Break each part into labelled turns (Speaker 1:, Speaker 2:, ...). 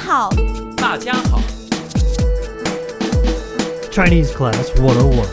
Speaker 1: 好，
Speaker 2: 大家好，
Speaker 3: Chinese Class 101.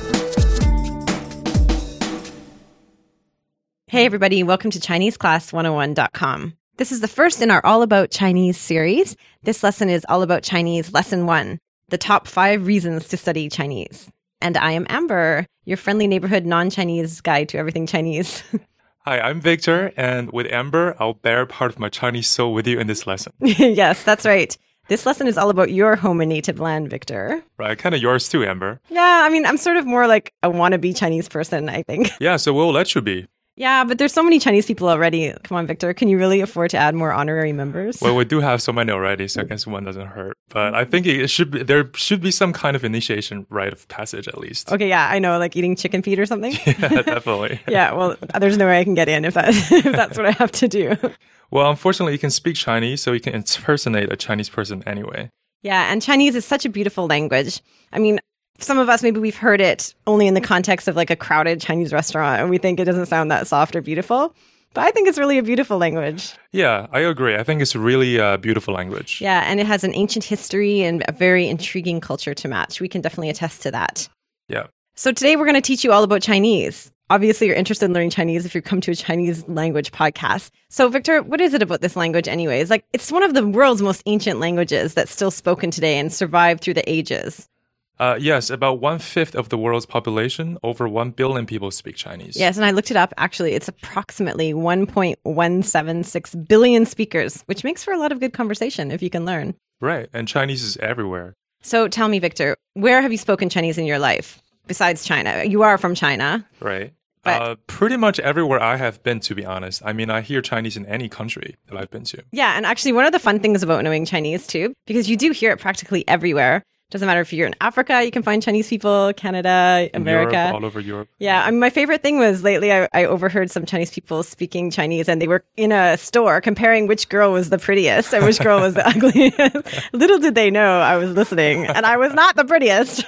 Speaker 4: Hey, everybody, welcome to ChineseClass101.com. This is the first in our All About Chinese series. This lesson is All About Chinese Lesson One The Top Five Reasons to Study Chinese. And I am Amber, your friendly neighborhood non Chinese guide to everything Chinese.
Speaker 2: Hi, I'm Victor, and with Amber, I'll bear part of my Chinese soul with you in this lesson.
Speaker 4: yes, that's right. This lesson is all about your home and native land, Victor.
Speaker 2: Right, kind of yours too, Amber.
Speaker 4: Yeah, I mean, I'm sort of more like a wannabe Chinese person, I think.
Speaker 2: Yeah, so we'll let you be.
Speaker 4: yeah, but there's so many Chinese people already. Come on, Victor. Can you really afford to add more honorary members?
Speaker 2: Well, we do have so many already, so I guess one doesn't hurt. But I think it should be, there should be some kind of initiation rite of passage at least.
Speaker 4: Okay, yeah, I know, like eating chicken feet or something.
Speaker 2: yeah, definitely.
Speaker 4: yeah, well, there's no way I can get in if that if that's what I have to do.
Speaker 2: Well, unfortunately, you can speak Chinese, so you can impersonate a Chinese person anyway.
Speaker 4: Yeah, and Chinese is such a beautiful language. I mean, some of us maybe we've heard it only in the context of like a crowded Chinese restaurant and we think it doesn't sound that soft or beautiful. But I think it's really a beautiful language.
Speaker 2: Yeah, I agree. I think it's really a beautiful language.
Speaker 4: Yeah, and it has an ancient history and a very intriguing culture to match. We can definitely attest to that.
Speaker 2: Yeah.
Speaker 4: So today we're going to teach you all about Chinese. Obviously, you're interested in learning Chinese if you come to a Chinese language podcast. So, Victor, what is it about this language, anyways? Like, it's one of the world's most ancient languages that's still spoken today and survived through the ages.
Speaker 2: Uh, yes, about one fifth of the world's population, over one billion people speak Chinese.
Speaker 4: Yes, and I looked it up. Actually, it's approximately 1.176 billion speakers, which makes for a lot of good conversation if you can learn.
Speaker 2: Right, and Chinese is everywhere.
Speaker 4: So, tell me, Victor, where have you spoken Chinese in your life besides China? You are from China.
Speaker 2: Right.
Speaker 4: But-
Speaker 2: uh, pretty much everywhere I have been, to be honest. I mean, I hear Chinese in any country that I've been to.
Speaker 4: Yeah, and actually, one of the fun things about knowing Chinese too, because you do hear it practically everywhere. Doesn't matter if you're in Africa, you can find Chinese people, Canada,
Speaker 2: In
Speaker 4: America.
Speaker 2: Europe, all over Europe.
Speaker 4: yeah, I mean, my favorite thing was lately I, I overheard some Chinese people speaking Chinese, and they were in a store comparing which girl was the prettiest and which girl was the ugliest. Little did they know I was listening, and I was not the prettiest.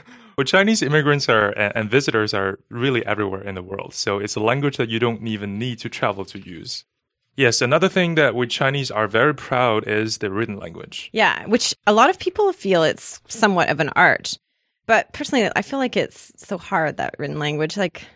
Speaker 2: Well, Chinese immigrants are and, and visitors are really everywhere in the world. So it's a language that you don't even need to travel to use. Yes, another thing that we Chinese are very proud is the written language.
Speaker 4: Yeah, which a lot of people feel it's somewhat of an art. But personally, I feel like it's so hard that written language. Like,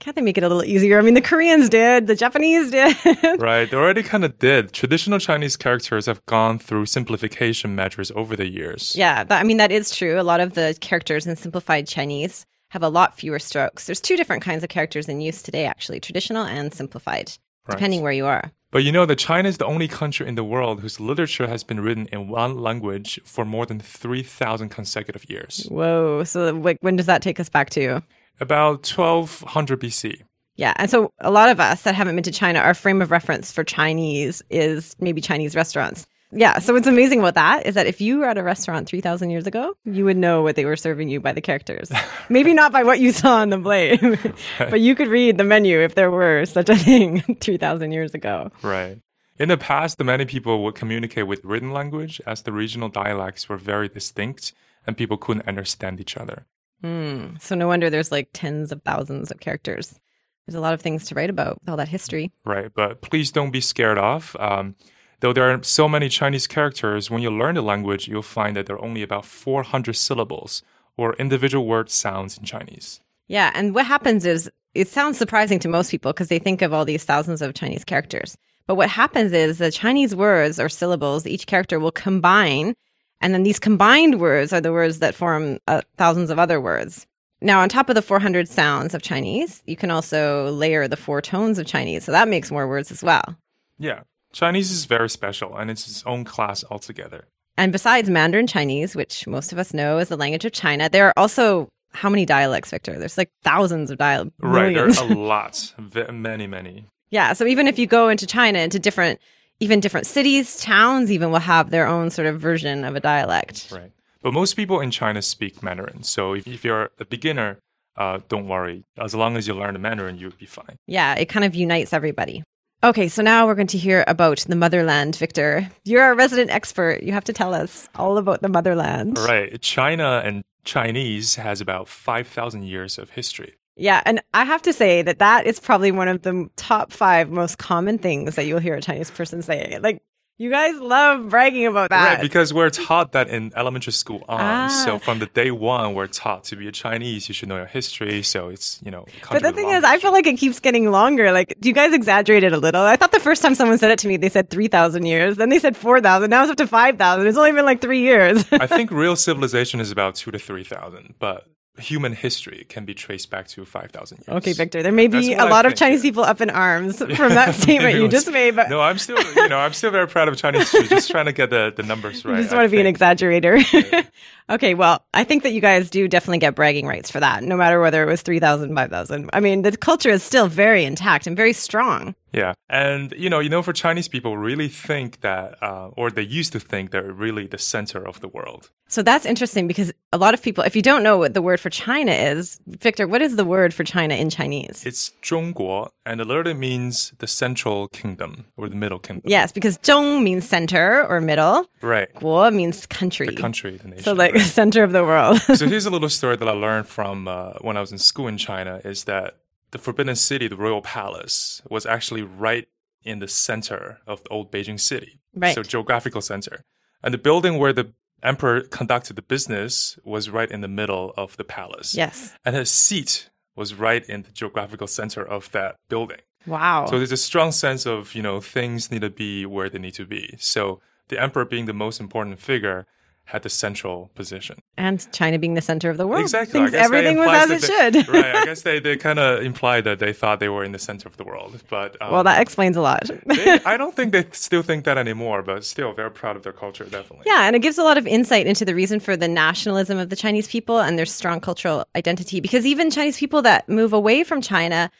Speaker 4: can't they make it a little easier? I mean, the Koreans did, the Japanese did.
Speaker 2: Right, they already kind of did. Traditional Chinese characters have gone through simplification measures over the years.
Speaker 4: yeah, that, I mean, that is true. A lot of the characters in simplified Chinese have a lot fewer strokes. There's two different kinds of characters in use today, actually traditional and simplified,
Speaker 2: Right.
Speaker 4: depending where you are.
Speaker 2: But you know that China is the only country in the world whose literature has been written in one language for more than 3,000 consecutive years,
Speaker 4: Whoa. So, like, when does that take us back to?
Speaker 2: about 1200 BC.
Speaker 4: Yeah. And so a lot of us that haven't been to China, our frame of reference for Chinese is maybe Chinese restaurants. Yeah. So what's amazing about that is that if you were at a restaurant 3,000 years ago, you would know what they were serving you by the characters. maybe not by what you saw on the plate, but you could read the menu if there were such a thing 3,000 years ago.
Speaker 2: Right. In the past, the many people would communicate with written language as the regional dialects were very distinct and people couldn't understand each other.
Speaker 4: Hmm. So no wonder there's like tens of thousands of characters. There's a lot of things to write about with all that history.
Speaker 2: Right. But please don't be scared off. Um, though there are so many Chinese characters, when you learn the language, you'll find that there are only about 400 syllables or individual word sounds in Chinese.
Speaker 4: Yeah, and what happens is it sounds surprising to most people because they think of all these thousands of Chinese characters. But what happens is the Chinese words or syllables each character will combine, and then these combined words are the words that form uh, thousands of other words. Now, on top of the 400 sounds of Chinese, you can also layer the four tones of Chinese, so that makes more words as well.
Speaker 2: Yeah. Chinese is very special and it's its own class altogether.
Speaker 4: And besides Mandarin Chinese, which most of us know is the language of China, there are also how many dialects, Victor? There's like thousands of dialects.
Speaker 2: Right. There are a lot, ve- many, many.
Speaker 4: Yeah. So even if you go into China, into different, even different cities, towns, even will have their own sort of version of a dialect.
Speaker 2: Right. But most people in China speak Mandarin. So if, if you're a beginner, uh, don't worry. As long as you learn the Mandarin, you'll be fine.
Speaker 4: Yeah. It kind of unites everybody. Okay. So now we're going to hear about the motherland, Victor. You're our resident expert. You have to tell us all about the motherland.
Speaker 2: All right. China and Chinese has about 5,000 years of history.
Speaker 4: Yeah. And I have to say that that is probably one of the top five most common things that you'll hear a Chinese person say. Like, You guys love bragging about that.
Speaker 2: Right, because we're taught that in elementary school on. So
Speaker 4: Ah.
Speaker 2: from the day one, we're taught to be a Chinese, you should know your history. So it's, you know,
Speaker 4: but the
Speaker 2: contribute
Speaker 4: thing
Speaker 2: long-
Speaker 4: is, I feel like it keeps getting longer. Like, do you guys exaggerate it a little? I thought the first time someone said it to me, they said 3,000 years. Then they said 4,000. Now it's up to 5,000. It's only been like three years.
Speaker 2: I think real civilization is about two to 3,000, but human history can be traced back to 5,000 years.
Speaker 4: okay, Victor, there may be
Speaker 2: That's what
Speaker 4: a
Speaker 2: I
Speaker 4: lot of
Speaker 2: think,
Speaker 4: Chinese
Speaker 2: yeah.
Speaker 4: people up in arms from that statement you
Speaker 2: Everyone's-
Speaker 4: just made, but
Speaker 2: No, I'm still, you know, I'm still very proud of Chinese history, just trying to get the, the numbers right.
Speaker 4: you just
Speaker 2: I
Speaker 4: want to be an
Speaker 2: think.
Speaker 4: exaggerator. okay, well, I think that you guys do definitely get bragging rights for that, no matter whether it was 3,000, 5,000. I mean, the culture is still very intact and very strong.
Speaker 2: Yeah, and you know, you know, for Chinese people, really think that, uh, or they used to think they're really the center of the world.
Speaker 4: So that's interesting because a lot of people, if you don't know what the word for China is, Victor, what is the word for China in Chinese?
Speaker 2: It's 中国, and it literally means the central kingdom or the middle kingdom.
Speaker 4: yes, because Zhong means center or middle,
Speaker 2: Right,
Speaker 4: Guo means country.
Speaker 2: the country, the nation.
Speaker 4: So, like,
Speaker 2: right.
Speaker 4: center of the world.
Speaker 2: so here's a little story that I learned from uh, when I was in school in China is that the Forbidden City, the royal palace, was actually right in the center of the old Beijing city.
Speaker 4: Right.
Speaker 2: So geographical center. And the building where the emperor conducted the business was right in the middle of the palace.
Speaker 4: yes.
Speaker 2: And his seat was right in the geographical center of that building.
Speaker 4: Wow.
Speaker 2: So there's a strong sense of, you know, things need to be where they need to be. So the emperor being the most important figure had the central position.
Speaker 4: and China being the center of the world.
Speaker 2: Exactly. I
Speaker 4: Thinks
Speaker 2: guess they
Speaker 4: everything was
Speaker 2: implies
Speaker 4: as it
Speaker 2: that
Speaker 4: should.
Speaker 2: they- right. I guess they, they kind of implied that they thought they were in the center of the world. But um,
Speaker 4: well, that explains a lot.
Speaker 2: they, I don't think they still think that anymore, but still, they're proud of their culture, definitely.
Speaker 4: Yeah, and it gives a lot of insight into the reason for the nationalism of the Chinese people and their strong cultural identity. Because even Chinese people that move away from China,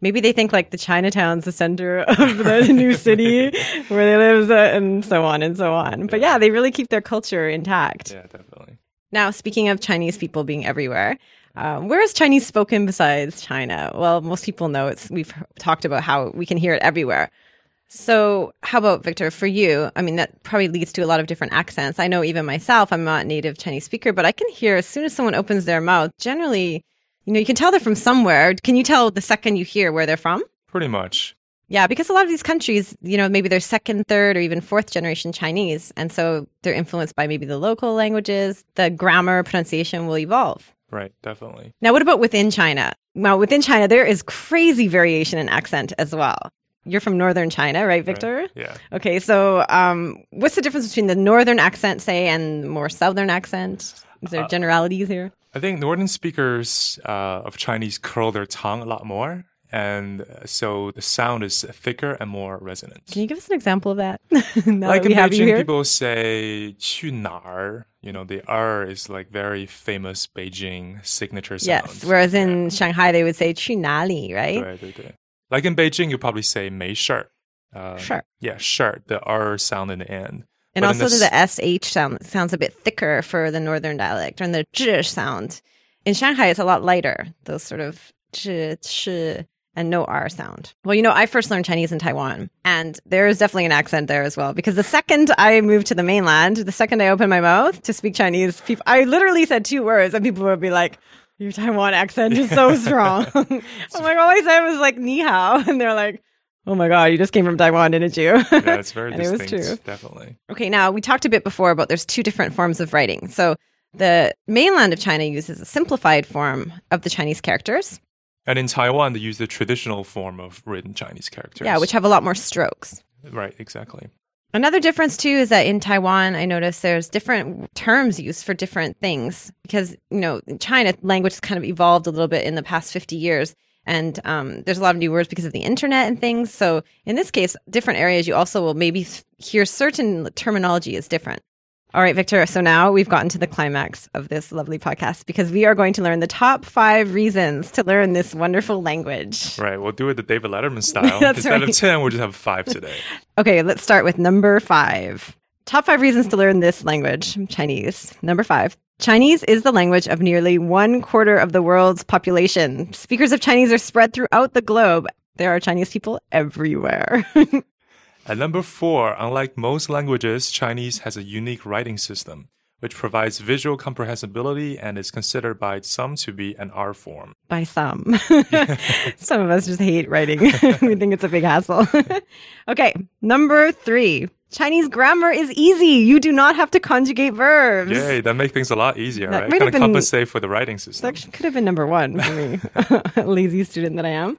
Speaker 4: maybe they think like the Chinatown's the center of the new city where they live, uh, and so on and so on. But yeah, they really keep their culture intact.
Speaker 2: Yeah, definitely.
Speaker 4: Now, speaking of Chinese people being everywhere, uh, where is Chinese spoken besides China? Well, most people know it's. We've talked about how we can hear it everywhere. So, how about Victor? For you, I mean, that probably leads to a lot of different accents. I know even myself, I'm not a native Chinese speaker, but I can hear as soon as someone opens their mouth. Generally, you know, you can tell they're from somewhere. Can you tell the second you hear where they're from?
Speaker 2: Pretty much.
Speaker 4: Yeah, because a lot of these countries, you know, maybe they're second, third, or even fourth generation Chinese. And so they're influenced by maybe the local languages. The grammar, pronunciation will evolve.
Speaker 2: Right, definitely.
Speaker 4: Now, what about within China? Now, within China, there is crazy variation in accent as well. You're from northern China, right,
Speaker 2: Right.
Speaker 4: Victor?
Speaker 2: Yeah.
Speaker 4: Okay, so um, what's the difference between the northern accent, say, and more southern accent?
Speaker 2: Uh,
Speaker 4: Is there generalities here?
Speaker 2: I think northern speakers uh, of Chinese curl their tongue a lot more. And uh, so the sound is thicker and more resonant.
Speaker 4: Can you give us an example of that? now
Speaker 2: like
Speaker 4: that we
Speaker 2: in
Speaker 4: have you
Speaker 2: Beijing,
Speaker 4: here.
Speaker 2: people say 去哪儿, you know, the R is like very famous Beijing signature sound.
Speaker 4: Yes, whereas in Shanghai, they would say 去哪里, right?
Speaker 2: 对对对. Like in Beijing, you probably say 没事儿. Uh,
Speaker 4: Sure.
Speaker 2: Yeah, sure. The R sound in the end.
Speaker 4: And
Speaker 2: But in
Speaker 4: also
Speaker 2: the
Speaker 4: the, sh sound sounds a bit thicker for the northern dialect, and the zh sound in Shanghai it's a lot lighter. Those sort of zh, ch, and no r sound. Well, you know, I first learned Chinese in Taiwan, and there is definitely an accent there as well. Because the second I moved to the mainland, the second I opened my mouth to speak Chinese, people, I literally said two words, and people would be like. Your Taiwan accent is so strong. I'm like, all I said was like ni hao. And they're like, oh my God, you just came from Taiwan, didn't you?
Speaker 2: Yeah, it's very
Speaker 4: And it was
Speaker 2: distinct.
Speaker 4: true.
Speaker 2: Definitely.
Speaker 4: Okay, now we talked a bit before about there's two different forms of writing. So the mainland of China uses a simplified form of the Chinese characters,
Speaker 2: And in Taiwan, they use the traditional form of written Chinese characters.
Speaker 4: yeah, which have a lot more strokes.
Speaker 2: Right, exactly.
Speaker 4: Another difference too is that in Taiwan, I noticed there's different terms used for different things because you know in China language has kind of evolved a little bit in the past 50 years, and um, there's a lot of new words because of the internet and things. So in this case, different areas you also will maybe f- hear certain terminology is different. All right, Victor. So now we've gotten to the climax of this lovely podcast because we are going to learn the top five reasons to learn this wonderful language.
Speaker 2: Right, we'll do it the David Letterman style.
Speaker 4: That's
Speaker 2: Instead of
Speaker 4: right.
Speaker 2: 10, we'll just have five today.
Speaker 4: Okay, let's start with number five. Top five reasons to learn this language, Chinese. Number five. Chinese is the language of nearly one quarter of the world's population. Speakers of Chinese are spread throughout the globe. There are Chinese people everywhere.
Speaker 2: At number four, unlike most languages, Chinese has a unique writing system. which provides visual comprehensibility and is considered by some to be an R form.
Speaker 4: by some. some of us just hate writing. we think it's a big hassle. okay, number three. Chinese grammar is easy. You do not have to conjugate verbs.
Speaker 2: Yay, that makes things a lot easier,
Speaker 4: That
Speaker 2: right?
Speaker 4: might
Speaker 2: Kind
Speaker 4: have
Speaker 2: of
Speaker 4: been-
Speaker 2: compensate for the writing
Speaker 4: That
Speaker 2: system.
Speaker 4: actually could have been number one for me, lazy student that I am.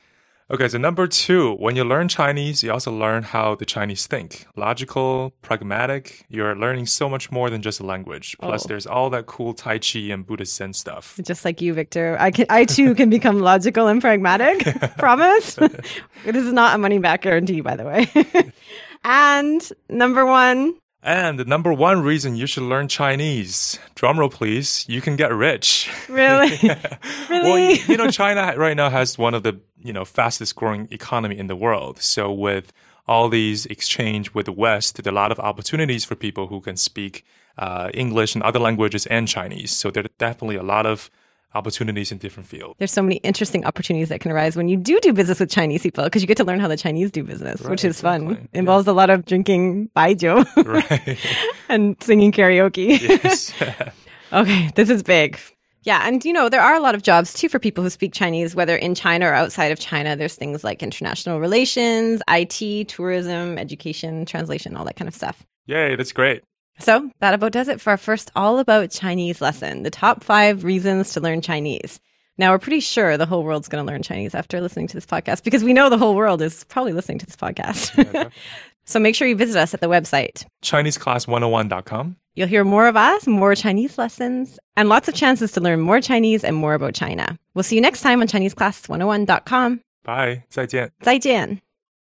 Speaker 2: Okay, so number two, when you learn Chinese, you also learn how the Chinese think logical, pragmatic. You're learning so much more than just a language. Plus,
Speaker 4: Oh.
Speaker 2: there's all that cool Tai Chi and Buddhist Zen stuff.
Speaker 4: Just like you, Victor, I can, I too can become logical and pragmatic. Promise. this is not a money back guarantee, by the way. and number one,
Speaker 2: And the number one reason you should learn Chinese, drumroll please, you can get rich.
Speaker 4: really,
Speaker 2: Well,
Speaker 4: really.
Speaker 2: you, you know, China right now has one of the you know fastest growing economy in the world. So with all these exchange with the West, there are a lot of opportunities for people who can speak uh, English and other languages and Chinese. So there are definitely a lot of opportunities in different fields.
Speaker 4: there's so many interesting opportunities that can arise when you do do business with Chinese people because you get to learn how the Chinese do business, which is fun.
Speaker 2: exactly.
Speaker 4: Involves a lot of drinking baijiu
Speaker 2: Right?
Speaker 4: and singing karaoke.
Speaker 2: yes.
Speaker 4: Okay, this is big. Yeah, and you know, there are a lot of jobs too for people who speak Chinese, whether in China or outside of China. There's things like international relations, IT, tourism, education, translation, all that kind of stuff.
Speaker 2: Yay! That's great.
Speaker 4: So that about does it for our first all about Chinese lesson the top five reasons to learn Chinese. Now, we're pretty sure the whole world's going to learn Chinese after listening to this podcast because we know the whole world is probably listening to this podcast. so make sure you visit us at the website.
Speaker 2: ChineseClass101.com.
Speaker 4: You'll hear more of us, more Chinese lessons, and lots of chances to learn more Chinese oh and more about China. We'll see you next time on ChineseClass101.com.
Speaker 2: Bye. 再见.
Speaker 4: 再见.